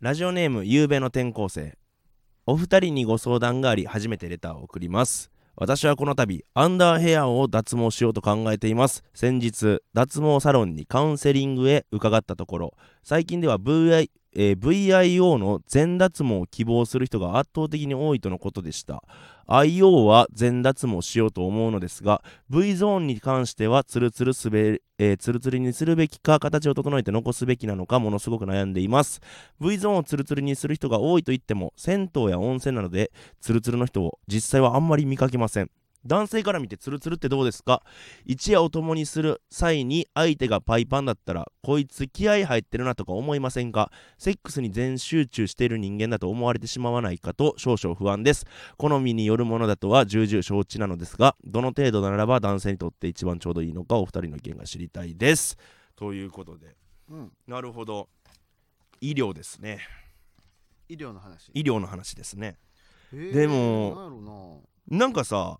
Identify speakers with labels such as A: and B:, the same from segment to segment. A: ラジオネームゆうべの転校生お二人にご相談があり初めてレターを送ります私はこの度アンダーヘアを脱毛しようと考えています先日脱毛サロンにカウンセリングへ伺ったところ最近では VI、えー VIO の全脱毛を希望する人が圧倒的に多いとのことでした IO は全脱毛しようと思うのですが V ゾーンに関してはツルツル滑り、えーツルツルにするべきか形を整えて残すべきなのかものすごく悩んでいます V ゾーンをツルツルにする人が多いといっても銭湯や温泉などでツルツルの人を実際はあんまり見かけません男性から見てツルツルってどうですか一夜を共にする際に相手がパイパンだったらこいつ気合入ってるなとか思いませんかセックスに全集中している人間だと思われてしまわないかと少々不安です好みによるものだとは重々承知なのですがどの程度ならば男性にとって一番ちょうどいいのかお二人の意見が知りたいですということで
B: うん、
A: なるほど医療ですね
B: 医療の話
A: 医療の話ですね
B: えー
A: でも
B: なんやろ
A: なんかさ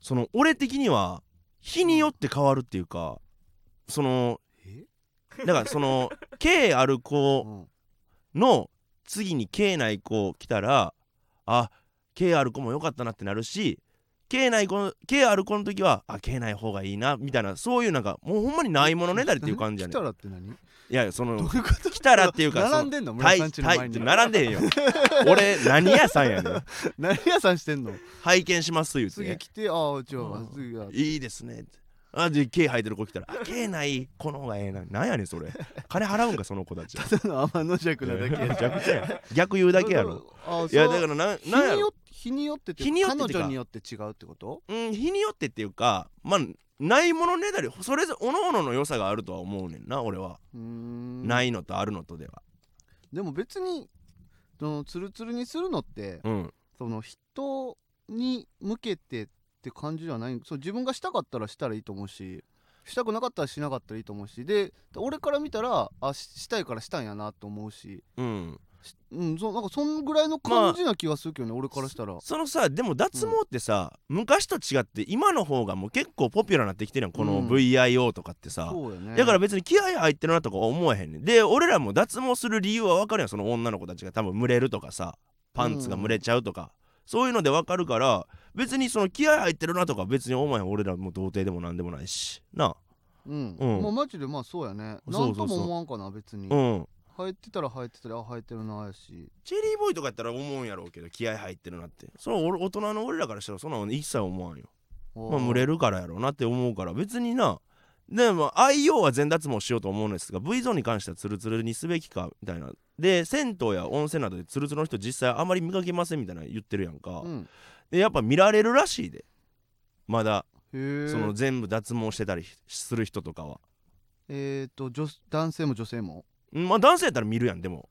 A: その俺的には日によって変わるっていうかその
B: なえ
A: だからその K ある
B: う
A: 子
B: ん
A: の次に K ない子来たらあ K ある子も良かったなってなるし K ない子の K ある子の時はあ K ない方がいいなみたいなそういうなんかもうほんまにないものねだりっていう感じや
B: 来
A: ね
B: たらって何
A: いやいやその
B: どういうこと
A: 来たらっていうかそ
B: 並
A: の
B: んでんの村
A: た
B: 井
A: い
B: さんちの
A: た
B: 前
A: い
B: に
A: 並んでへんよ俺何屋さんやねん
B: 何屋さんしてんの
A: 拝見します言うて
B: 次来てああじゃ
A: う
B: あ
A: ん
B: 次は
A: 「いいですね」ってあで毛生えてる子来 たら「あ毛ない子の方がええな」なんやねんそれ金払うんかその子た ちは
B: ただの天の弱なだけや
A: 逆やん逆言う だけやろ
B: あ
A: いや
B: そう
A: だからなん
B: 日
A: なんや
B: によ
A: ろ
B: っ日によってって
A: 日によってってか
B: 彼女によって違うってこと
A: うん日によってっていうかまあないものねだりそれぞれおののの良さがあるとは思うねんな俺は、
B: うーん
A: ないのとあるのとでは
B: でも別にそのツルツルにするのって
A: うん
B: その人に向けてって感じじゃないそう自分がしたかったらしたらいいと思うししたくなかったらしなかったらいいと思うしで俺から見たらあししたいからしたんやなと思うし
A: うん
B: しうんそなんかそんぐらいの感じな気がするけどね、俺からしたら
A: そのさでも脱毛ってさ、昔と違って今の方がもう結構ポピュラーになってきてるやんこの
B: うん
A: VIO とかってさ、
B: そうやね
A: だから別に気合入ってるなとか思えへんねんで俺らも脱毛する理由は分かるやんその女の子たちが多分蒸れるとかさパンツが蒸れちゃうとか、そういうので分かるから別にその気合入ってるなとか別に思えへん俺らも童貞でもなんでもないしな
B: うん、
A: うん
B: まあマジでまあそうやね
A: そう
B: なん
A: そうそう
B: とも思わんかな別に
A: うん
B: 生えてたら生えてたらあ生えてるなやし
A: チェリーボーイとかやったら思うんやろうけど気合入ってるなってそれは俺大人の俺らからしたらそんなの一切思わんよまあ、
B: あー
A: 蒸れるからやろうなって思うから別になでも IO は全脱毛しようと思うんですが V ゾーンに関してはツルツルにすべきかみたいなで銭湯や温泉などでツルツルの人実際あまり見かけませんみたいな言ってるやんか、
B: うん
A: でやっぱ見られるらしいでまだ
B: へえ
A: その全部脱毛してたりする人とかは
B: えっ、ー、と女男性も女性も
A: うんまあ男性やったら見るやんでも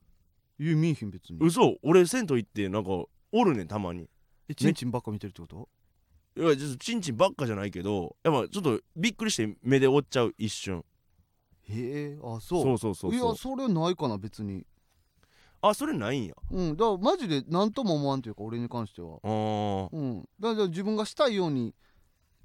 B: いや見えへん別に
A: 嘘俺銭湯行ってなんかおるねんたまに
B: えちんちんばっか見てるってこと
A: いやちょっとチンチンばっかじゃないけどやっぱちょっとびっくりして目で追っちゃう一瞬
B: へえあそう
A: そうそうそうそう
B: やそれないかな別に
A: あそれないんや
B: うんだからマジで何とも思わんというか俺に関しては
A: あー
B: うんだから自分がしたいように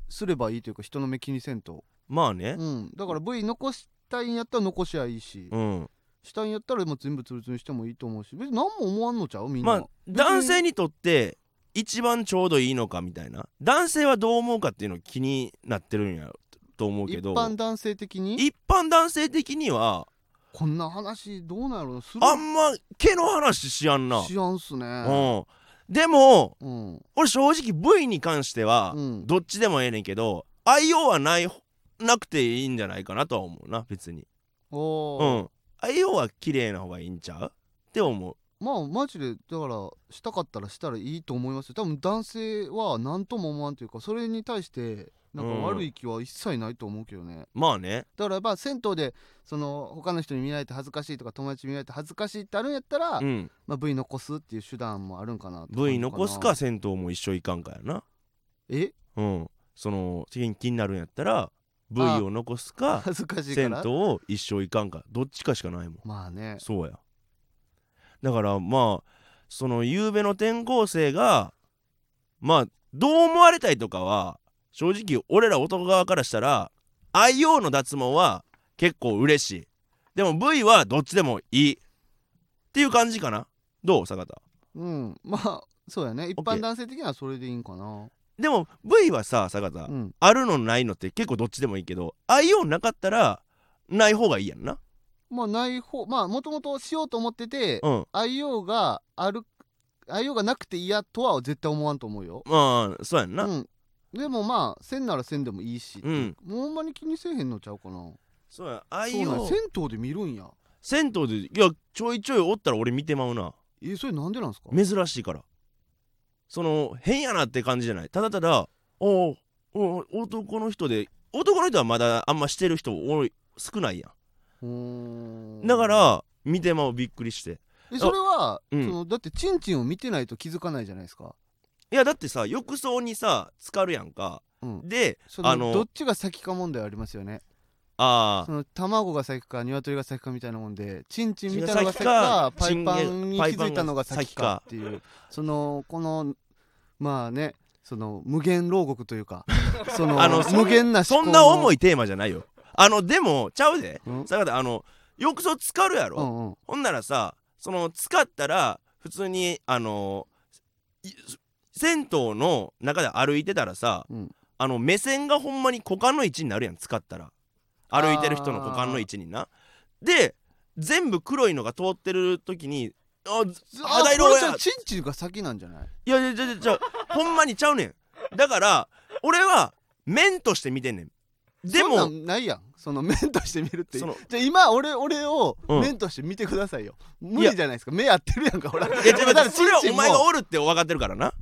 B: すればいいというか人の目気にせんと
A: まあね
B: うんだから V 残したいんやったら残しゃいいし、
A: うん、
B: したいんやったらもう全部ツルツルにしてもいいと思うし別に何も思わんのちゃうみん
A: ま
B: な、
A: あ男性にとって一番ちょうどいいのかみたいな男性はどう思うかっていうの気になってるんやと思う
B: 一
A: けど
B: 般男性的に
A: 一般男性的には
B: こんな話どうなんやろうなする
A: あんま毛の話しやんな、
B: しやんす
A: う
B: ね
A: ん、でも
B: うん
A: 俺正直 V に関しては
B: うん
A: どっちでもええねんけど IO はないなくていいんじゃないかなとは思うな別に
B: お
A: う
B: ー
A: ん IO は綺麗な方がいいんちゃうって思う
B: まあマジでだからしたかったらしたらいいと思いますよ多分男性は何とも思わんというかそれに対してなんか
A: うん
B: 悪い気は一切ないと思うけどね、
A: まあね
B: だからまあ銭湯でその他の人に見られて恥ずかしいとか友達に見られて恥ずかしいってあるんやったら、
A: うん
B: まあ、V 残すっていう手段もあるんかなって感じ
A: V 残すか銭湯も一緒いかんかやな
B: え
A: うん、その世間気になるんやったら V
B: あ
A: を残す か
B: 恥ずかしいか
A: 銭
B: ら
A: 湯を一生いかんかどっちかしかないもん
B: まあね
A: そうやだからまあその夕べの転校生がまあどう思われたいとかは正直俺ら男側からしたら IO の脱毛は結構嬉しいでも V はどっちでもいいっていう感じかなどう坂田
B: うんまあそうやね一
A: OK
B: 般男性的にはそれでいいんかな
A: でも V はさ坂田、
B: うん
A: あるのないのって結構どっちでもいいけど愛用なかったらない方がいいやんな
B: まあない方まあもともとしようと思ってて
A: うん
B: 愛用がある愛用がなくて嫌とは絶対思わんと思うよ
A: まあそうやんな、
B: うんでもまあせんならせんでもいいしっていう
A: う
B: もうほんまに気にせえへんのちゃうかな
A: そうや愛
B: そうなんや
A: 用
B: 銭湯で見るんや
A: 銭湯でいやちょいちょいおったら俺見てまうな
B: えそれなんでなんすか
A: 珍しいからその変やなって感じじゃないただただおうおう男の人で男の人はまだあんましてる人多い少ないや
B: うーん
A: んだから見てまうびっくりして
B: えそれは、
A: うん
B: そのだってチンチンを見てないと気づかないじゃないですか、
A: いやだってさ浴槽にさ浸かるやんか
B: うん、
A: で
B: その
A: あの
B: どっちが先か問題ありますよね
A: あ
B: そ
A: あ
B: の卵が先か鶏が先かみたいなもんでチンチン見たのが先
A: チンが
B: か
A: 先か
B: パイパ
A: チン
B: ンに気
A: パイパンが
B: づいたのが先かっていうそのこのまあねその無限牢獄という かその
A: あのそん
B: 無限な
A: そんな重
B: い、
A: いテーマじゃないよあのでもちゃうで
B: うん
A: 坂田あの浴槽浸かるやろ、
B: うんうん、
A: ほんならさその使ったら普通にあのい銭湯の中で歩いてたらさ、
B: うん
A: あの目線がほんまに股間の位置になるやん使ったら歩いてる人の股間の位置になで全部黒いのが通ってる時にあず
B: あ
A: 肌色
B: これじゃ
A: や
B: あチンチンが先なんじゃない
A: いやいやいやいやいやほんまにちゃうねんだから俺は面として見てんねんで
B: そ
A: も
B: んなんないやんその面として見るって
A: その
B: じゃあ今俺俺を
A: うん
B: 面として見てくださいよ、無理じゃないですか目合ってるやんかほら
A: いや 違う
B: だから
A: それは
B: チンチ
A: お
B: ンも
A: 前がおるって分かってるからな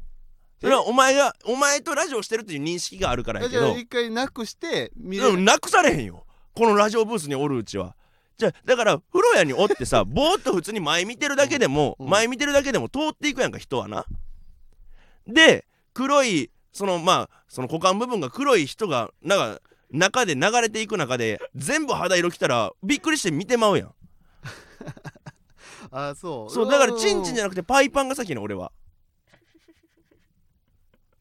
A: それはお前がお前とラジオしてるっていう認識があるからやけ
B: じゃあ
A: ど
B: 一回なくして見れ
A: で
B: る、
A: もなくされへんよこのラジオブースにおるうちはじゃあだから風呂屋におって さぼーっと普通に前見てるだけでも、
B: うん
A: 前見てるだけでも通っていくやんか人はなで黒いそのまあその股間部分が黒い人がなんか中で流れていく中で全部肌色きたらびっくりして見てまうやん
B: ああそう
A: そうだからチンチンじゃなくてパイパンが先やねん俺は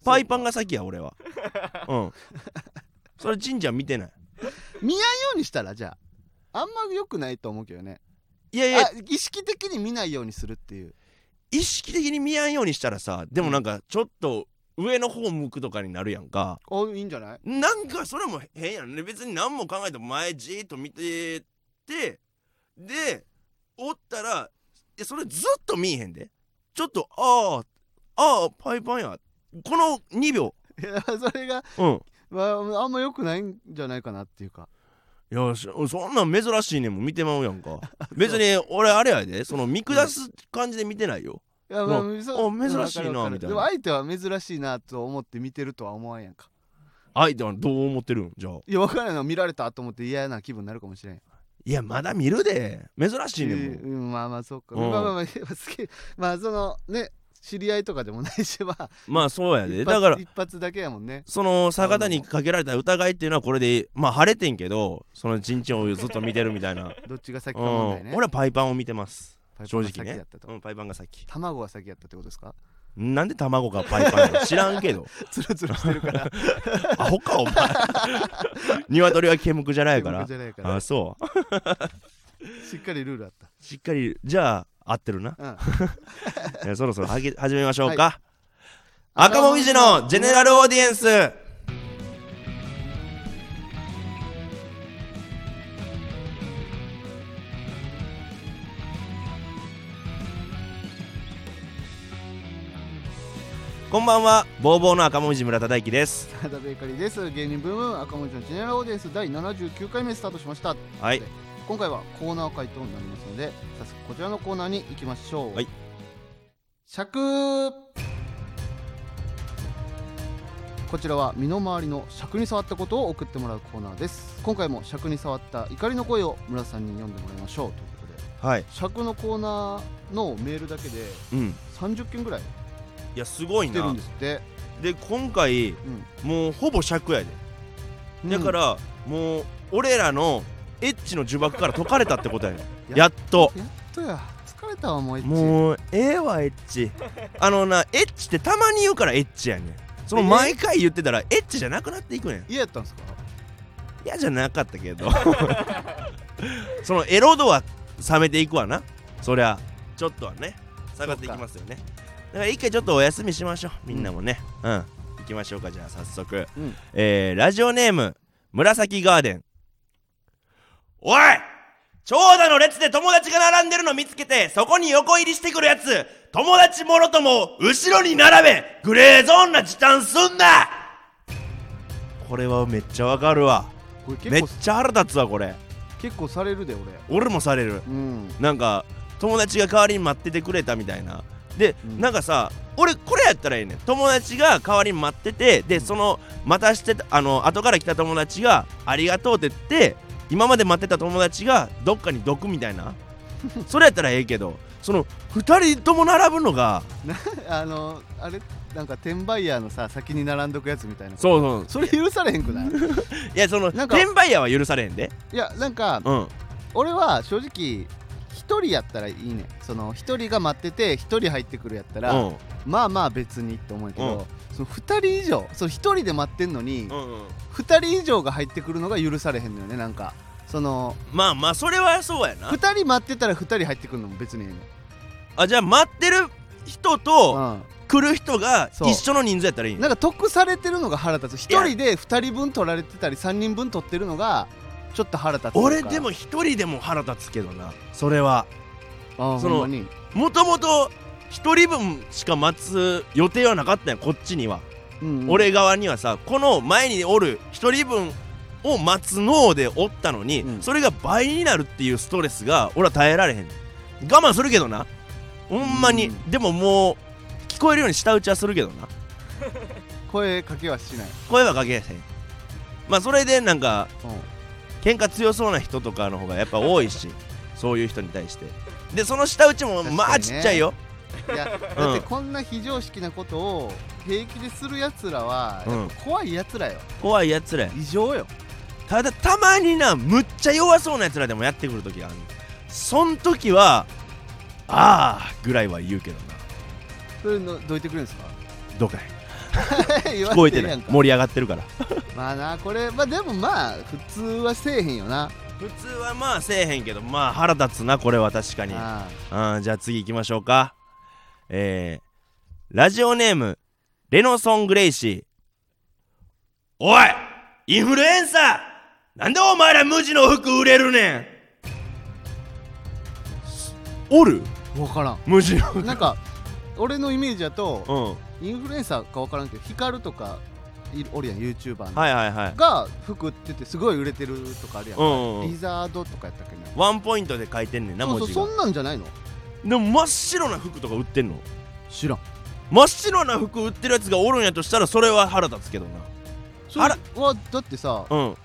A: パイパンが先や俺 はうんそれチンチンは見てない
B: 見ないようにしたらじゃああんま良くないと思うけどね
A: いやいや
B: あ意識的に見ないようにするっていう
A: 意識的に見やんようにしたらさでもなんかちょっと上の方向くとかになるやんか
B: あいいんじゃない
A: なんかそれも変やんね別に何も考えても前じーっと見ててでおったらえそれずっと見えへんでちょっとあーあーパイパンやこの2秒
B: いやそれが、
A: うん
B: まあ、あんま良くないんじゃないかなっていうか
A: いやしそんなん珍しいねんもん見てまうやんか 別に俺あれやでその見下す感じで見てないよ、
B: いや、
A: う
B: そ
A: お珍しいな
B: わかるわかる
A: みたいな
B: でも相手は珍しいなと思って見てるとは思わんやんか
A: 相手はどう思ってるんじゃあ
B: いや分からんの見られたと思って嫌な気分になるかもしれん
A: いやまだ見るで珍しいねんもん、
B: えーうんまあまあそうか、
A: うん
B: まあまあまあ好きまあそのね知り合いとかでもないしまあ
A: まあそうやで
B: 一発
A: だから
B: 一発だけやもんね
A: その坂田にかけられた疑いっていうのはこれでまあ晴れてんけどそのチンチンをずっと見てるみたいな、
B: どっちが先
A: うん、
B: か問題ね
A: 俺はパイパンを見てます、
B: パイ
A: 正
B: プ
A: 直
B: が
A: ね
B: 先やったと
A: うん、パイパンが先
B: 卵が先やったってことですか
A: なんで卵がパイパンや知らん けど
B: ツルツルして るから
A: アホかお前 鶏は煙くじゃないから
B: じゃないから
A: あそう
B: しっかりルールあった
A: しっかりじゃあ合ってるな、
B: うん
A: いやそろそろはげ始めましょうか、
B: はい
A: 赤もみじのジェネラルオーディエンスこんばんはボーボーの赤もみじ村田大樹です
B: サラダベーカリーです芸人ブーム赤文字のジェネラルオーディエンス第79回目スタートしました
A: はい
B: 今回はコーナー回となりますので早速こちらのコーナーに行きましょう
A: はい
B: 尺こちらは身の回りの尺に触ったことを送ってもらうコーナーです今回も尺に触った怒りの声を村さんに読んでもらいましょうということで
A: はい
B: 尺のコーナーのメールだけで
A: うん
B: 30件ぐらい
A: いやすごい
B: 来てる
A: なん
B: ですって、
A: で今回もうほぼ尺やで
B: うん、
A: だから、もう俺らのエッチの呪縛から解かれたってことやね
B: や
A: やっと
B: うんやっとや疲れたわもうエッチ
A: もうええわエッチあのなエッチってたまに言うからエッチやねんその
B: え
A: 毎回言ってたらエッチじゃなくなっていくねん
B: 嫌やったんですか
A: 嫌じゃなかった けどそのエロ度は冷めていくわなそりゃちちょっとはね下がっていきますよねだから一回ちょっとお休みしましょうみんなもねうん、行きましょうかじゃあ早速、
B: うん
A: えー、ラジオネーム紫ガーデンおい長蛇の列で友達が並んでるの見つけてそこに横入りしてくるやつ友達もろとも後ろに並べグレーゾーンな時短すんなこれはめっちゃわかるわ
B: これ
A: め
B: 結
A: っ
B: 構
A: ちゃ腹立つわこれ
B: 結構されるで俺
A: 俺もされる
B: うん
A: なんか友達が代わりに待っててくれたみたいなで、
B: うん
A: なんかさ俺これやったらいいねん友達が代わりに待っててでその待たしてたあの後から来た友達が「ありがとう」って言って今まで待ってた友達がどっかに毒みたい なそれやったらええけどその2人とも並ぶのが
B: あのあれなんか転売ヤーのさ先に並んどくやつみたいな
A: そうそう
B: それ許されへん くない
A: いやその
B: なんか
A: 転売屋は許されへんで
B: いやなんか
A: うん
B: 俺は正直一人やったらいいねその一人が待ってて一人入ってくるやった
A: う
B: ら、
A: ん
B: まあまあ別にって思うけど、その二人以上その一人で待ってんのに
A: うんうん
B: 二人以上が入ってくるのが許されへんのよねなんかその
A: まあまあそれはそうやな
B: 二人待ってたら二人入ってくるのも別にいいね
A: あじゃあ待ってる人と、
B: うん
A: 来る人が
B: そう
A: 一緒の人数やったらいいんや
B: なんか得されてるのが腹立つ一人で二人分取られてたり三人分取ってるのがちょっと腹立つとい
A: 俺
B: うか
A: でも一人でも腹立つけどなそれは
B: あー
A: その
B: ほんまに
A: もともと一人分しか待つ予定はなかったんやこっちには、
B: うんうん
A: 俺側にはさこの前におる一人分を待つ脳でおったのに、
B: うん
A: それが倍になるっていうストレスが俺は耐えられへん我慢するけどなほんまに、
B: うん
A: でももう聞こえるように下打ちはするけどな
B: 声かけはしない、
A: 声はかけへんまあそれでなんか
B: うん
A: 喧嘩強そうな人とかの方がやっぱ多いしそういう人に対してでその下打ちも
B: 確かにね
A: まあちっちゃいよ、
B: いやだってこんな非常識なことを平気でするやつらは、
A: うん
B: やっぱ怖いやつらよ
A: 怖いやつらや
B: 異常よ
A: ただたまになむっちゃ弱そうなやつらでもやってくる時があるそん時はああぐらいは言うけどな
B: それのどいてくれるんですか
A: どうかい
B: 言
A: 聞
B: わ
A: こえ
B: れ
A: て
B: る
A: な
B: や
A: い
B: んか
A: 盛り上がってるから
B: まあなこれまあでもまあ普通はせえへんよな
A: 普通はまあせえへんけどまあ腹立つなこれは確かに
B: あ
A: あーじゃあ次行きましょうかえー、ラジオネームレノソン・グレイシーおいインフルエンサーなんでお前ら無地の服売れるねんおる
B: あ分から
A: 無地の服
B: んなんか俺のイメージだと
A: うん
B: インフルエンサーか分からんけどヒカルとかいおるやん YouTuber の、
A: はいはいはい
B: が服売っててすごい売れてるとかあるやん、
A: うんうんう
B: リ
A: ん
B: ザードとかやったっけね
A: ワンポイントで書いてんねんな
B: そう
A: 文
B: そう
A: 字が
B: そんなんじゃないの
A: でも真っ白な服とか売ってんの
B: 知らん
A: 真っ白な服売ってるやつがおるんやとしたらそれは腹立つけどな
B: それ
A: あら
B: はだってさ
A: うん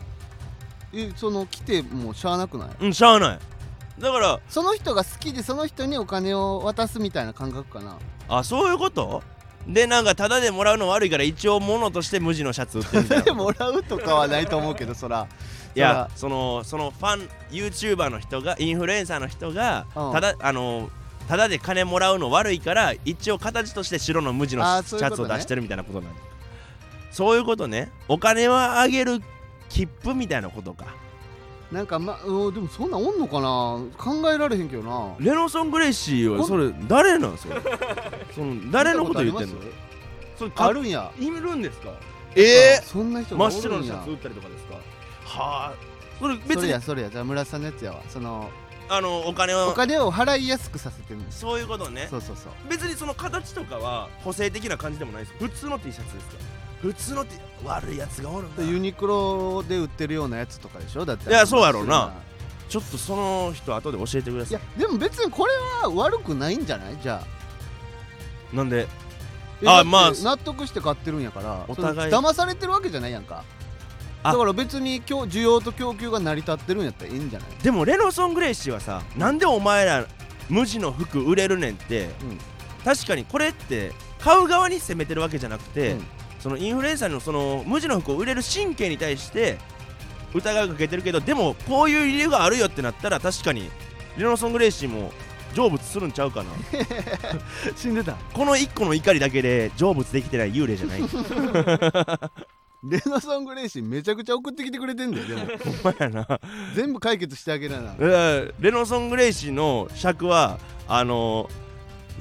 B: えその来てもうしゃあなくない
A: うんしゃあないだから
B: その人が好きでその人にお金を渡すみたいな感覚か な
A: あそういうことでなんかタダでもらうの悪いから一応物として無地のシャツ売ってるみたいな
B: でもらうとかはないと思うけどそら
A: いやそのそのファン YouTuber の人がインフルエンサーの人が、
B: うん
A: ただあのただで金もらうの悪いから一応形として白の無地の
B: あー
A: シ
B: そういう
A: ャ
B: こ
A: ツ
B: と
A: を
B: ね
A: 出してるみたいなことなんだそういうことねお金はあげる切符みたいなことか
B: なんかまうんでもそんなんおんのかな考えられへんけどな
A: レノソン・グレイシーは
B: こん
A: それ誰なん それその誰のこと言ってんの
B: 見たこ
A: それ
B: とあ
A: か
B: るんや
A: いるんですか
B: あそんな人が
A: 真
B: お
A: っ白
B: る
A: の
B: ん
A: シャ
B: や
A: ツ売ったりとかですかはあそれ
B: 別
A: 別
B: に
A: に
B: やそれやじゃあ村田さんのやつやわその
A: あのお金を
B: お金を払いやすくさせてるんです
A: そういうことね
B: そうそうそう
A: 別にその形とかは個性的な感じでもないです普通の T シャツですから普通の T 悪いやつがおるんだ
B: でユニクロで売ってるようなやつとかでしょだって
A: いやそうやろうなちょっとその人後で教えてくだ
B: い
A: さい
B: やでも別にこれは悪くないんじゃないじゃあ
A: なんであ
B: えだって
A: まあ
B: 納得して買ってるんやから
A: お互い
B: その騙されてるわけじゃないやんか
A: あ
B: だから別に供需要と供給が成り立ってるんやったらいいんじ ゃない
A: でもレノソン・グレイシーはさなんでお前ら無地の服売れるねんって、
B: うん
A: 確かにこれって買う側に責めてるわけじゃなくて、
B: うん
A: そのインフルエンサーのその無地の服を売れる神経に対して疑いをかけてるけどでもこういう理由があるよってなったら確かにレノソン・グレイシーも成仏するんちゃう かな
B: 死んでた
A: この1個の怒りだけで成仏できてない幽霊じゃ ないほん
B: レナソングレイシーめちゃくちゃ送ってきてくれてんだよ でも
A: まやな
B: 全部解決してあげらな
A: だからレノソン・グレイシーの尺はあの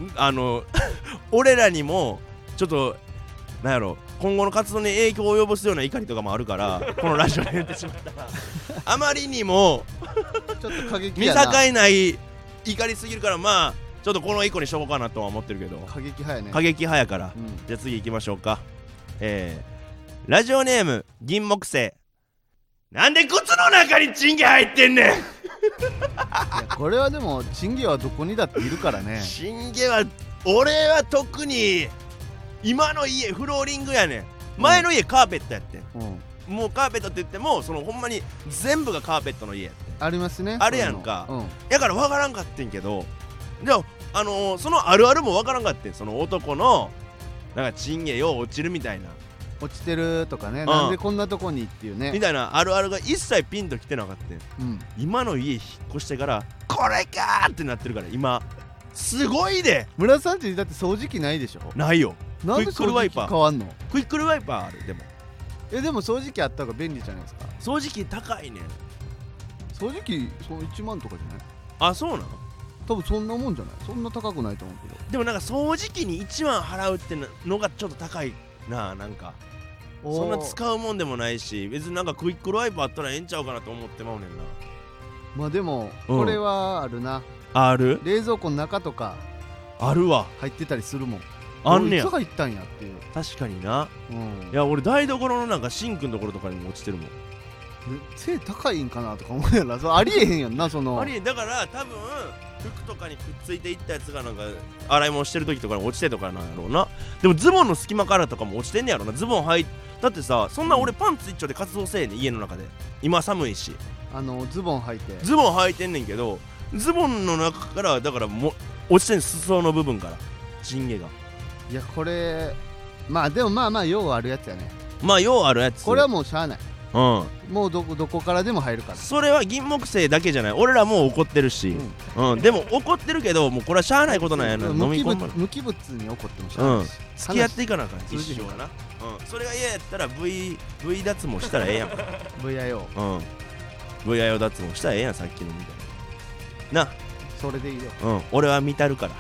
A: んあの 俺らにもちょっとなんやろ今後の活動に影響を及ぼすような怒りとかもあるからこのラジオで言ってしまったらあまりにも
B: ちょっと過激
A: 見
B: や
A: 境
B: な
A: ない怒りすぎるからまあちょっとこの一個にしとこうかなとは思ってるけど
B: 過激派やね
A: 過激派やから
B: うん
A: じゃあ次行きましょうかえー、ラジオネーム銀木星なんで靴の中にチンゲ入ってんねん
B: いやこれはでもチンゲはどこにだっているから ね
A: チンゲは俺は特に今の家フローリングやねん前の家カーペットやってん
B: うん
A: もうカーペットって言ってもそのほんまに全部がカーペットの家やってん
B: ありますね
A: あるやんか
B: そういうの
A: やから分からんかってんけどでもあのーそのあるあるも分からんかってんその男のなんかチンゲよう落ちるみたいな
B: うん落ちてるとかね
A: ん
B: なんでこんなとこにっていうね
A: みたいなあるあるが一切ピンときてなかったん
B: うん
A: 今の家引っ越してからこれかーってなってるから今すごいで
B: 村さんちだって掃除機ないでしょ
A: ないよ
B: なん
A: ク
B: で
A: イックル
B: 掃
A: ワ
B: 除
A: イ
B: 機
A: パー
B: 変わんの
A: クイックルワイパーあるでも
B: えでも掃除機あった方が便利じゃないですか
A: 掃除機高いねん
B: 掃除機その1万とかじゃない
A: あそうなの
B: 多分そんなもんじゃないそんな高くないと思うけ
A: でもなんか掃除機に1万払うってのがちょっと高いなあなんか
B: ど
A: そんな
B: う
A: 使うもんでもないし別になんかクイックルワイパーあったらええんちゃうかなと思ってまうねんな
B: まあでも
A: うん
B: これはあるな
A: ある
B: 冷蔵庫の中とか
A: あるわ
B: 入ってたりするもん
A: あんね
B: い
A: や
B: つ入ったんやっていう
A: 確かにな
B: うん
A: いや俺台所のなんかシンクのところとかにも落ちてるもん
B: ね背高いんかなとか思うやろそれありえへんやんなその
A: ありだから多分服とかにくっついていったやつがなんか洗い物してる時とかに落ちてとかなんやろうなでもズボンの隙間からとかも落ちてんねやろなズボンはいだってさそんな俺パンツ一丁で活動せえねん家の中で今寒いし
B: あのズボン履いて
A: ズボン履いてんねんけどズボンの中からだからも落ちてん裾の部分からチンゲが
B: いやこれまあでもまあまあようあるやつやね
A: まあようあるやつ
B: これはもうしゃあない
A: うん
B: もうどこどこからでも入るから
A: それは銀木星だけじゃない俺らもう怒ってるし、うんでも怒ってるけどもうこれはしゃあないことなんやな飲
B: 無
A: み
B: 機
A: 込
B: 物
A: む
B: 無機物に怒ってもしゃあないし、
A: 付き合っていかなあかん
B: 話
A: 一生な、うん、それが嫌やったら V, v 脱毛したらええやん、うん、
B: VIO
A: VIO 脱毛したらええやんさっきのみたいなな
B: それ でいいよ
A: うん、俺は見たるから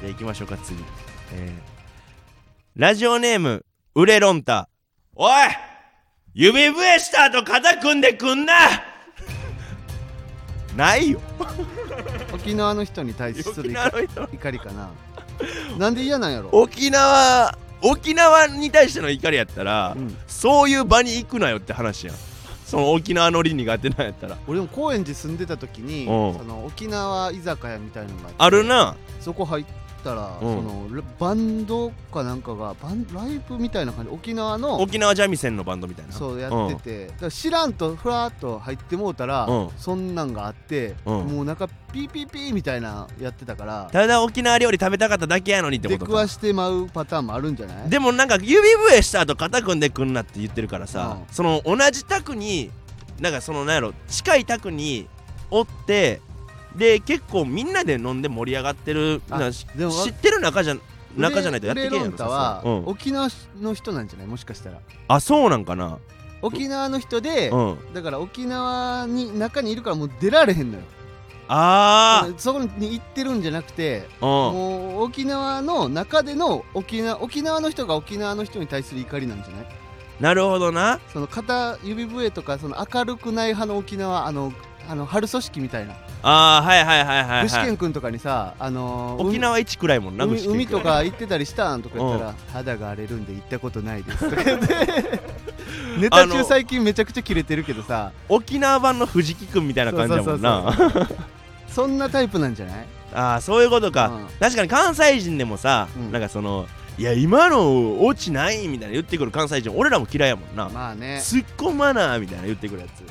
A: じゃあ行きましょうか次、えーラジオネームウレロンタおい指笛した後肩組んでくんな ないよ
B: 沖縄の人に対す
A: 沖
B: る怒
A: 縄の人
B: 怒りかななんで嫌なんやろ、
A: 沖縄沖縄に対しての怒りやったら、
B: うん、
A: そういう場に行くなよって話やんその沖縄のり苦手なんやったら
B: 俺も高円寺住んでた時に
A: うん
B: その沖縄居酒屋みたいのがって
A: あるな
B: そこ入ったら、
A: うん
B: そのバンドかなんかがバンライブみたいな感じ沖縄の
A: 沖縄三味線のバンドみたいな
B: そうやってて、だから知らんとふらっと入ってもうたら、
A: うん
B: そんなんがあって、
A: うん
B: もうなんかピーピーピーみたいなやってたから
A: ただ沖縄料理食べたかっただけやのにって
B: 出
A: こと
B: く
A: か
B: わしてまうパターンもあるんじゃない
A: でもなんか指笛した後肩組んでくんなって言ってるからさ、
B: う
A: その同じ卓になんかそのなんやろ近い卓におってで結構みんなで飲んで盛り上がってる
B: あ
A: なし
B: でも
A: 知ってる中じゃ中じゃないとやって
B: レ
A: けへん
B: ロ
A: や
B: ン
A: ろ
B: タ
A: さ
B: は、
A: そううん
B: 沖縄の人なんじゃないもしかしたら
A: あそうなんかな
B: 沖縄の人で、
A: うん
B: だから沖縄に中にいるからもう出られへんのよ
A: あ
B: そこに行ってるんじゃなくて
A: あうん
B: もう沖縄の中での沖縄沖縄の人が沖縄の人に対する怒りなんじゃない
A: なるほどな
B: その肩指笛とかその明るくない派の沖縄あのあの春組織みたいな
A: ああはいはいはいはい、
B: 具志
A: は
B: 堅
A: い、
B: 君とかにさあのー
A: 沖縄一くらいもんな
B: 海
A: 具志
B: 海
A: 堅
B: 海
A: 君
B: とか行ってたりしたんとか言ったら肌が荒れるんで行ったことない ですとか言ってネタ
A: あの
B: 中最近めちゃくちゃキレてるけどさ
A: 沖縄版の藤木くんみたいな感じだもんな
B: そうそうそうそんなタイプなんじゃない
A: ああそういうことか、
B: うん
A: 確かに関西人でもさ、
B: うん
A: なんかその「いや今のオチない」みたいな言ってくる関西人俺らも嫌いやもんな、
B: まあね
A: 突っ込まなみたいな言ってくるやつ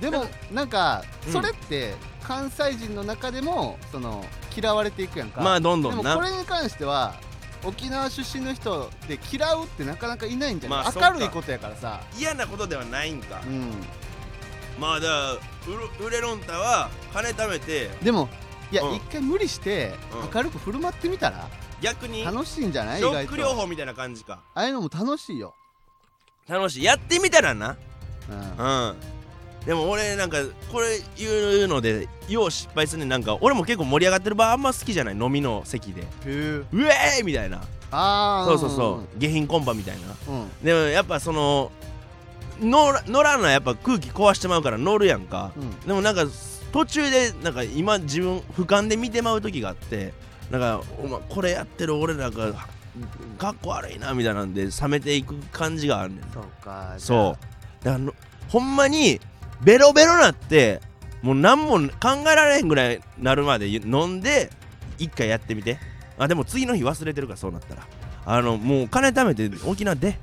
B: でもなんか
A: うん
B: それって関西人の中でもその嫌われていくやんか
A: まあどん
B: で
A: どん
B: も
A: な
B: これに関しては沖縄出身の人で嫌うってなかなかいないんじゃない、
A: まあそっか
B: 明るいことやからさ
A: 嫌なことではないんか、
B: うん
A: まあだからウロウレロンタは金貯めて
B: でもいや、
A: うん
B: 一回無理して
A: うん
B: 明るく振る舞ってみたら
A: 逆に
B: 楽しいんじゃない
A: シ
B: 意
A: ョ
B: 外
A: ック療
B: と
A: 法みたいな感じか
B: ああいうのも楽しいよ、
A: 楽しいやってみたらな
B: うん
A: うんでも俺なんかこれ言うのでよう失敗するねんなんか俺も結構盛り上がってる場あんま好きじゃない飲みの席で
B: へえ
A: うえーみたいな
B: ああ
A: そうそうそう下品コンパみたいな
B: うん、うん
A: でもやっぱその乗ら乗らなやっぱ空気壊してまうから乗るやんか
B: うん
A: でもなんか途中でなんか今自分俯瞰で見てまう時があってなんかお前これやってる俺なんかかっこ悪いなみたいなんで冷めていく感じがあるねん
B: そうか
A: そうだからのほんまにベロベロなってもう何も考えられへんぐらいなるまで飲んで一回やってみてあでも次の日忘れてるからそうなったらあのもう金貯めて沖縄 で、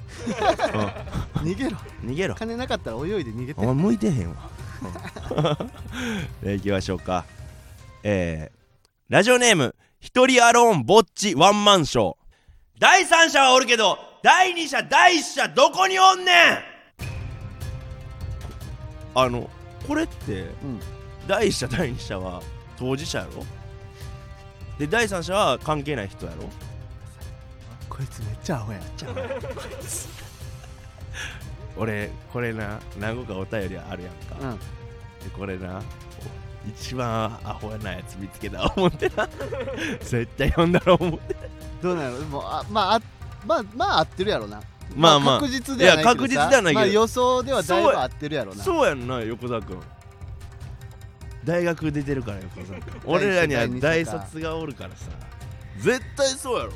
B: う逃げろ
A: うん逃げろ
B: 金なかったら泳いで逃げて
A: お前向いてへん わで行きましょうかえー、ラジオネーム一人アローンぼっちワンマンショー第三者はおるけど第二者第一者どこにおんねんあのこれって
B: うん
A: 第一者第二者は当事者やろで第三者は関係ない人やろ
B: こいつめっちゃアホや
A: 俺これな何個かお便りあるやんか、
B: うん
A: でこれな一番アホなやつ見つけた 思ってな絶対読んだろ思って
B: どうなのもうあまああまあまあ合ってるやろな
A: まあまあ
B: 確実ではないけどさ
A: いや確実ではないけど
B: まあ、予想ではだいぶ合ってるやろな
A: そうやんな横澤君大学出てるから横澤君 俺らには大卒がおるからさ絶対そうやろ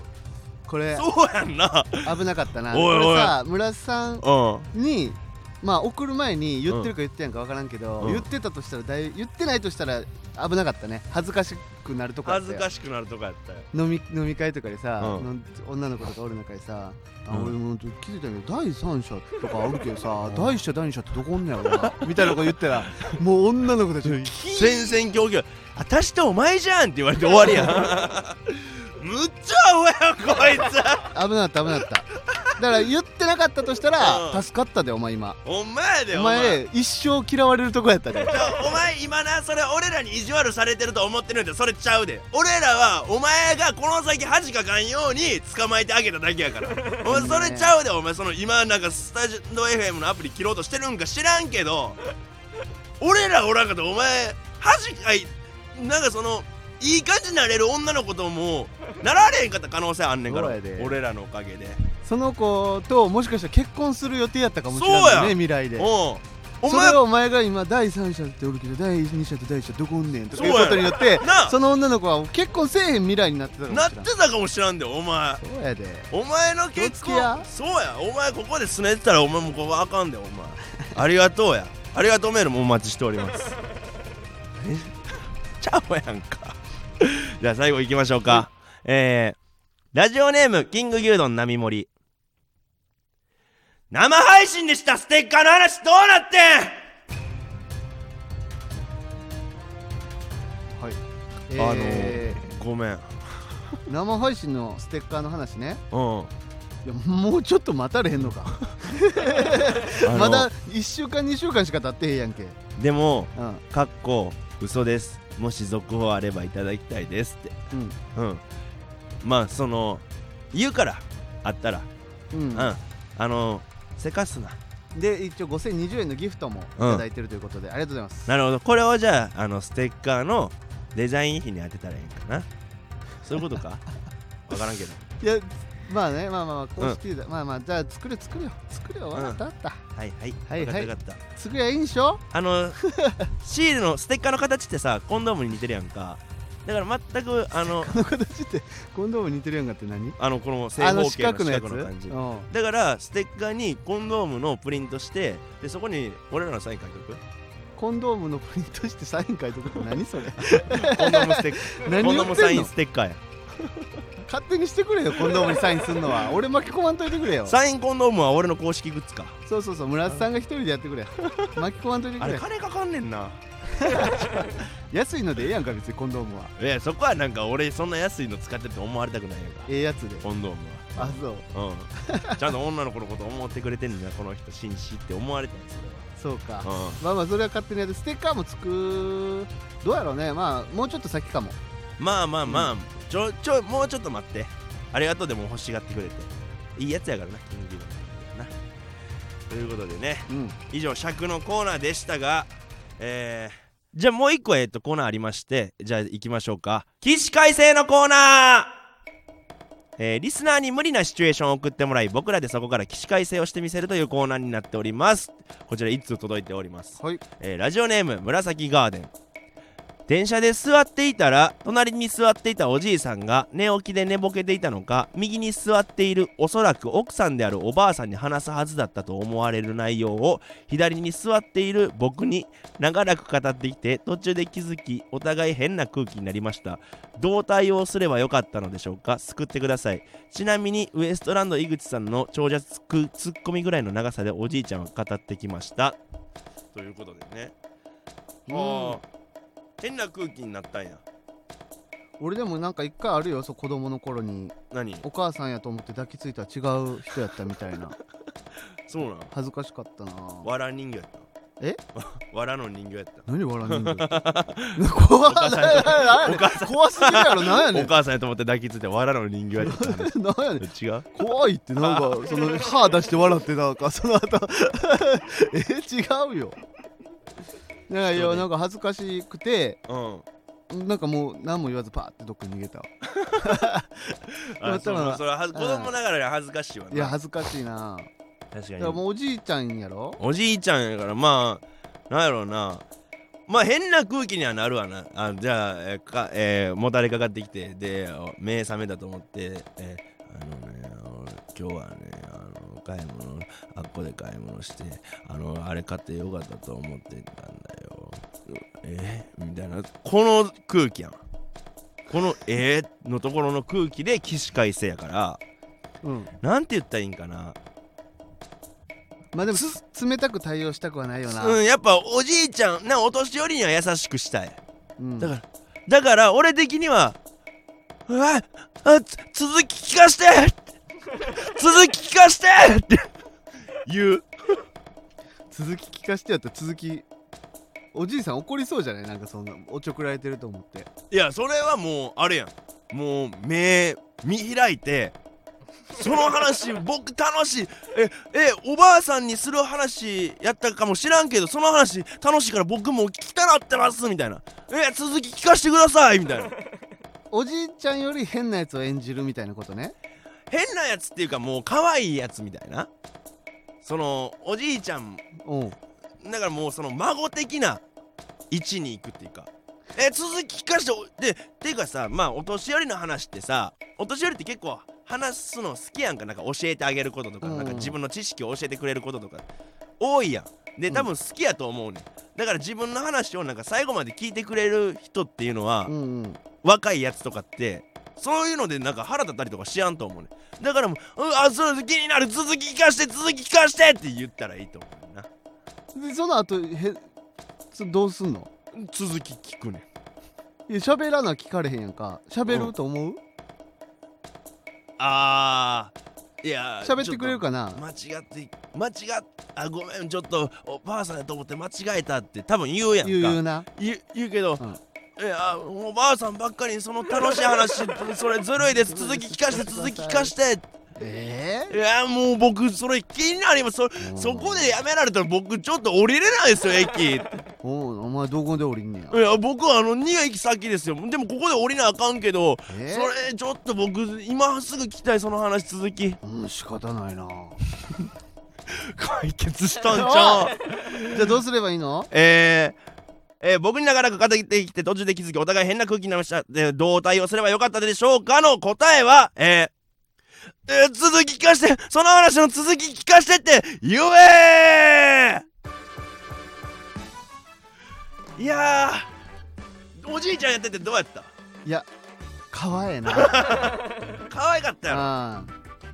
B: これ
A: そうやんな
B: 危なかったな
A: おいおい
B: これさ村瀬さん
A: うん
B: にまあ送る前に言ってるか言ってないか分からんけど、
A: うん
B: 言ってたとしたらだい言ってないとしたら危なかったね恥ずかしくなるとこやっ
A: 恥
B: た
A: ず
B: よ
A: かしくなるとこやったよ
B: 飲み飲み会とかでさ、
A: う
B: の女の子とかおる中でさ、あ
A: うん
B: 俺も気づいたけど第三者とかあるけどさ第一者第二者ってどこおんねやろなみたいなこと言ったらもう女の子たちがキー
A: 戦々恐々あたしとお前じゃんって言われて終わりやん むっちゃおやんこいつ
B: 危なかった危なかっただから言ってなかったとしたら、
A: うん
B: 助かったでお前今
A: お前だ
B: お
A: よお前
B: 前一生嫌われるとこやったで
A: ちゃうお前今なそれ俺らに意地悪されてると思ってるんだよそれちゃうで俺らはお前がこの先恥かかんように捕まえてあげただけや からお前それちゃうでお前その今なんかスタジオ FM のアプリ切ろうとしてるんか知らんけど俺らおらんかったらお前恥かいなんかそのいい感じになれる女の子ともなられへんかった可能性あんねんから
B: そうやで
A: 俺らのおかげで
B: その子ともしかしたら結婚する予定やったかもしれ
A: そう
B: な
A: や
B: いね未来で
A: おうお
B: それ
A: 前
B: をお前が今第三者っておるけど第二者と第一者どこおんねんとかいう
A: そう
B: こ
A: や
B: とによって
A: なあ
B: その女の子は結婚せえへん未来になってたかもしれ
A: な
B: な
A: っ
B: い
A: てたかもしらんでお前
B: そうやで
A: お前の結婚
B: 気をつけや
A: そうやお前ここで拗ねてたらお前もうここあかんでお前 ありがとうやありがとうメールもお待ちしております えちゃうやんか じゃあ最後いきましょうかえー、ラジオネームキング牛丼並盛生配信でしたステッカーの話どうなって
B: はい
A: ん、
B: えー
A: あのごめん
B: 生配信のステッカーの話ね
A: うん
B: いやもうちょっと待たれへんのか
A: あの
B: まだ1週間2週間しか経ってへんやんけ
A: でも
B: うん
A: かっこ嘘ですもし続報あればいただきたいですって
B: うん
A: うん、まあその言うからあったら、
B: うん
A: うん、あのせかすな
B: で一応5020円のギフトもいただいてるということで、ありがとうございます
A: なるほどこれをじゃああのステッカーのデザイン費に当てたらいいんかなそういうこと かわからんけど
B: いやまあねまあまあまあ公式で、まあまあじゃあ作れ作れよ作れよ
A: うん
B: わかったわかった、
A: はいはい
B: はい
A: わかっ
B: はい
A: たわかった、
B: 作りゃいいんでしょ
A: あのシールのステッカーの形ってさコンドームに似てるやんかだから全くあの
B: この形ってコンドーム似てるやんかって何
A: あのこの正
B: あの
A: 方
B: 四
A: 形の
B: 角の
A: 四
B: やつ
A: 角の感じ
B: うん
A: だからステッカーにコンドームのプリントしてでそこに俺らのサイン書いてお
B: コンドームのプリントしてサイン書いとくって何そ れ
A: くコンドームステッカーコ
B: 何
A: ンド
B: 言
A: ーム
B: っ
A: サ
B: てん
A: イン
B: の
A: ステッカーや
B: 勝手にしてくれよコンドームにサインするの は俺巻き込まんといてくれよ
A: サインコンドームは俺の公式グッズか
B: そうそうそう村田さんが一人でやってくれ巻き込まんといて
A: あ
B: く
A: れ
B: れ
A: 金かかんねんな
B: 安いのでええやんか別にコンドームはい
A: やそこはなんか俺そんな安いの使ってると思われたくないやんか
B: ええやつで
A: コンドームは
B: あそう
A: うんちゃんと女の子のこと思ってくれてんねんなこの人紳士って思われたんそ
B: そうか
A: れはう
B: まあまあそれは勝手にやってステッカーもつくどうやろうねまあもうちょっと先かも
A: んまあまあまあちょちょもうちょっと待ってありがとうでも欲しがってくれていいやつやからな金魚なということでね
B: うん
A: 以上尺のコーナーでしたがえーじゃあもう一個、えっと、コーナーありまして、じゃあ行きましょうか。起死回生のコーナーえーリスナーに無理なシチュエーションを送ってもらい、僕らでそこから起死回生をしてみせるというコーナーになっております。こちら1通届いております。
B: はい
A: えーラジオネーム紫ガーデン電車で座っていたら隣に座っていたおじいさんが寝起きで寝ぼけていたのか右に座っているおそらく奥さんであるおばあさんに話すはずだったと思われる内容を左に座っている僕に長らく語ってきて途中で気づきお互い変な空気になりましたどう対応すればよかったのでしょうか救ってくださいちなみにウエストランド井口さんの長者つくツッコミぐらいの長さでおじいちゃんは語ってきましたということでね
B: うん
A: ああ変な空気になったんや
B: 俺でもなんか一回あるよそう子供の頃に
A: 何
B: お母さんやと思って抱きついたら違う人やったみたいな
A: そうなの
B: 恥ずかしかったな
A: わら人形やった
B: え
A: わらの人形やった
B: 何笑うの怖っ
A: 母さん
B: 何何何怖すぎるやろ何やね
A: お母さんやと思って抱きついてわらの人形やったって
B: ん何やねん
A: 話 違う
B: 怖いってな んかその歯出して笑ってなんかその後 え違うよいや
A: そ
B: い
A: う
B: や
A: ね
B: なんか恥ずかしくて
A: うん
B: なんかもう何も言わずパーってどっかに逃げたわま
A: あ
B: あ
A: そ
B: 多分
A: うそれははず子供ながらに恥ずかしいわない
B: や恥ずかしいな
A: 確か
B: い
A: に
B: やもうおじいちゃんやろ
A: おじいちゃんやからまあなんやろうなまあ変な空気にはなるわなあじゃあえーか、えーもたれかかってきてでお目覚めたと思って、えーあのね俺今日はねあの買い物あっこで買い物してあのあれ買ってよかったと思ってたんだよえーみたいなこの空気やんこの「えーのところの空気で起死回生やから
B: うん
A: なんて言ったらいいんかな
B: まあでも冷たく対応したくはないよな
A: うんやっぱおじいちゃんなお年寄りには優しくしたい
B: うん
A: だからだから俺的にはうわあつ続き聞かして 続き聞かしてって言う
B: 続き聞かしてやったら続きおじいさん怒りそうじゃないなんかそんなおちょくられてると思って
A: いやそれはもうあれやんもう目見開いてその話僕楽しいええおばあさんにする話やったかもしらんけどその話楽しいから僕も聞きたなってますみたいなえ続き聞かしてくださいみたいな
B: おじいちゃんより変なやつを演じるみたいなことね
A: 変なやつっていうかもう可愛いやつみたいなそのおじいちゃん
B: うん
A: だからもうその孫的な位置に行くっていうかえ続き聞かしておでていうかさまあお年寄りの話ってさお年寄りって結構話すの好きやんかなんか教えてあげることとか,、
B: うん
A: なんか自分の知識を教えてくれることとか多いやんで
B: うん
A: 多分好きやと思うね、ん、だから自分の話をなんか最後まで聞いてくれる人っていうのは、
B: うんうん
A: 若いやつとかってそういうのでなんか腹立ったりとかしやんと思うねんだからもう「うんあそう気になる続き聞かして続き聞かして!」って言ったらいいと思うねんな
B: でその後へそどうすんの
A: 続き聞くねん
B: いや喋らな聞かれへんやんか喋
A: うん
B: ると思う
A: あーいや
B: 喋ってくれるかな
A: ちょっと間違って間違っあごめんちょっとおばあさんやと思って間違えたって多分言うやんか
B: 言う言うな
A: 言う言うけど、
B: うん
A: いやおばあさんばっかりその楽しい話それずるいです続き聞かして続き聞かして
B: え
A: いやもう僕それ気になりますそ
B: え
A: そこでやめられたら僕ちょっと降りれないですよ駅い
B: おうお前どこで降りんねや
A: や僕はあの2駅先ですよでもここで降りなあかんけど
B: え
A: それちょっと僕今すぐ聞きたいその話続き
B: うん仕方ないな
A: 解決したんちゃう
B: じゃあどうすればいいの
A: えーえー僕に長らく語ってきて途中で気づきお互い変な空気になりましたでどう対応すればよかったでしょうかの答えはえーえー続き聞かしてその話の続き聞かしてって言えーいやーおじいちゃんやっててどうやった
B: いやかわええな
A: 可愛かったやろ
B: あ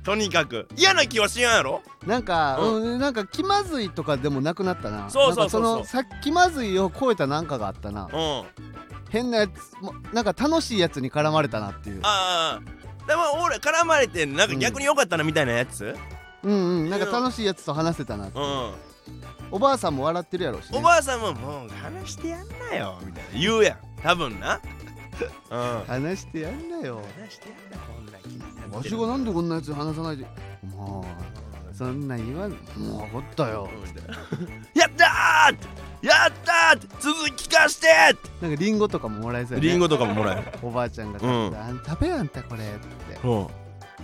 A: とにかく嫌な気はしやんやろ
B: なんか、
A: う
B: うん、なんか気まずいとかでもなくなったな
A: そうそうそうそう
B: なんかそのさ気まずいを超えたなんかがあったな
A: うんあ
B: 変なやつもなんか楽しいやつに絡まれたなっていう
A: あーでも俺絡まれてなんか逆に良かったなみたいなやつうん、
B: うんうんなんか楽しいやつと話せたなおばあさんも笑ってるやろうし、ね、
A: おばあさんも「もう話してやんなよ」みたいな言うやん多分なうん
B: 話してやんなよ
A: 話してやんなこんな気になってる
B: わしがなんでこんなやつに話さないでまあそんなん言わんもう分かったよ
A: みたいなやったーやったー続き聞かして
B: なんかリンゴとかももらえそうやね
A: リンゴとかももらえる
B: おばあちゃんが食べた、あん、食べやんたこれって
A: うん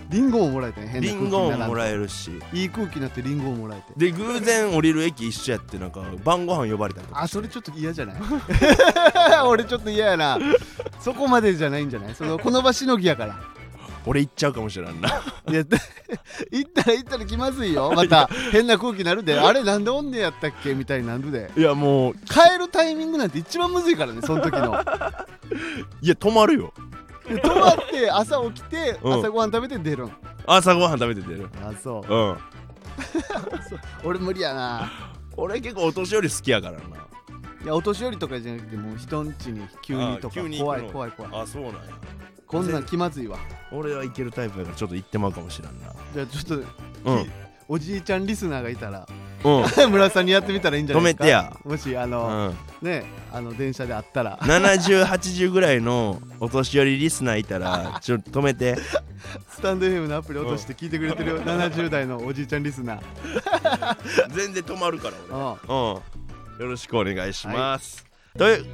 B: リンゴももらえたね変な
A: リ
B: 空気
A: ン
B: に
A: ゴも
B: ならん
A: も
B: と
A: らえるし
B: いい空気になってリンゴももらえて
A: で偶然降りる駅一緒やってなんか晩ご飯呼ばれたりとか
B: あそれちょっと嫌じゃない 俺ちょっと嫌やなそこまでじゃないんじゃないそのこの場しのぎやから
A: 俺行っちゃうかもしれんない
B: や 行ったら行ったら気まずいよまた変な空気になるであれなんでおんねやったっけみたいになるで
A: いやもう
B: 帰るタイミングなんて一番むずいからねその時の
A: いや止まるよ
B: で泊まって朝起きて
A: うん
B: 朝ごはん食べて出るん、
A: 朝ご飯食べててる
B: あそう
A: うん
B: 俺無理やな
A: 俺結構お年寄り好きやからない
B: やお年寄りとかじゃなくてもう人んちに急にと
A: あ
B: か
A: 急に行く
B: 怖い
A: の
B: 怖い怖い
A: あそうなんや
B: こんなん気まずいわ
A: 俺は行けるタイプやからちょっと行ってまうかもしれんな
B: じゃあちょっと
A: うん
B: おじいちゃんリスナーがいたら
A: うん
B: 村さんにやってみたらいいんじゃ
A: 止
B: ない
A: め
B: ですか
A: てや
B: もしあ
A: う
B: の、
A: ん
B: ねあの電車で会ったら
A: 7080ぐらいのお年寄りリスナーいた らちょっと止めて
B: スタンド FM のアプリ落として聞いてくれてるよ、70代のおじいちゃんリスナー
A: 全然止まるから俺
B: うん
A: うん。よろしくお願いします。という。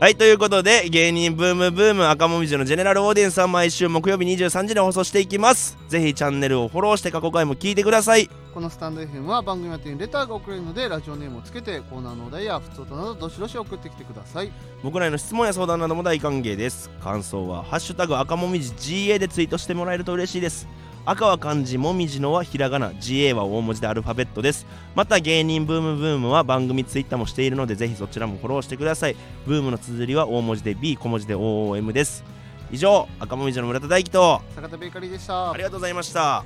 A: はい、ということで、芸人ブームブーム赤もみじのジェネラルオーディエンスは毎週木曜日23時に放送していきます。ぜひチャンネルをフォローして過去回も聞いてください。
B: このスタンド FM は番組宛てにレターが送れるのでラジオネームをつけてコーナーのお題や普通となどどしどし送ってきてください
A: 僕らへの質問や相談なども大歓迎です。感想は、ハッシュタグ赤もみじ GA でツイートしてもらえると嬉しいです。赤は漢字、もみじのはひらがな、GA は大文字でアルファベットです。また芸人ブームブームは番組ツイッターもしているのでぜひそちらもフォローしてください。ブームの綴りは大文字で B 小文字で OOM です。以上、赤もみじの村田大樹と
B: 坂田ベーカリーでした
A: ありがとうございました。